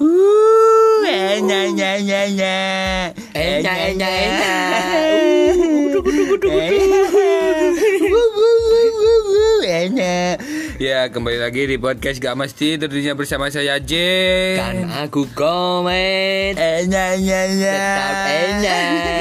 Uh, enya enya enya enya. Eh, Enya, enya, enya. Uduk uduk uduk uduk. Enya. Ya, kembali lagi di podcast Gak Mesti tentunya bersama saya J. Dan aku komen Eh, Enya enya enya. Tetap enyah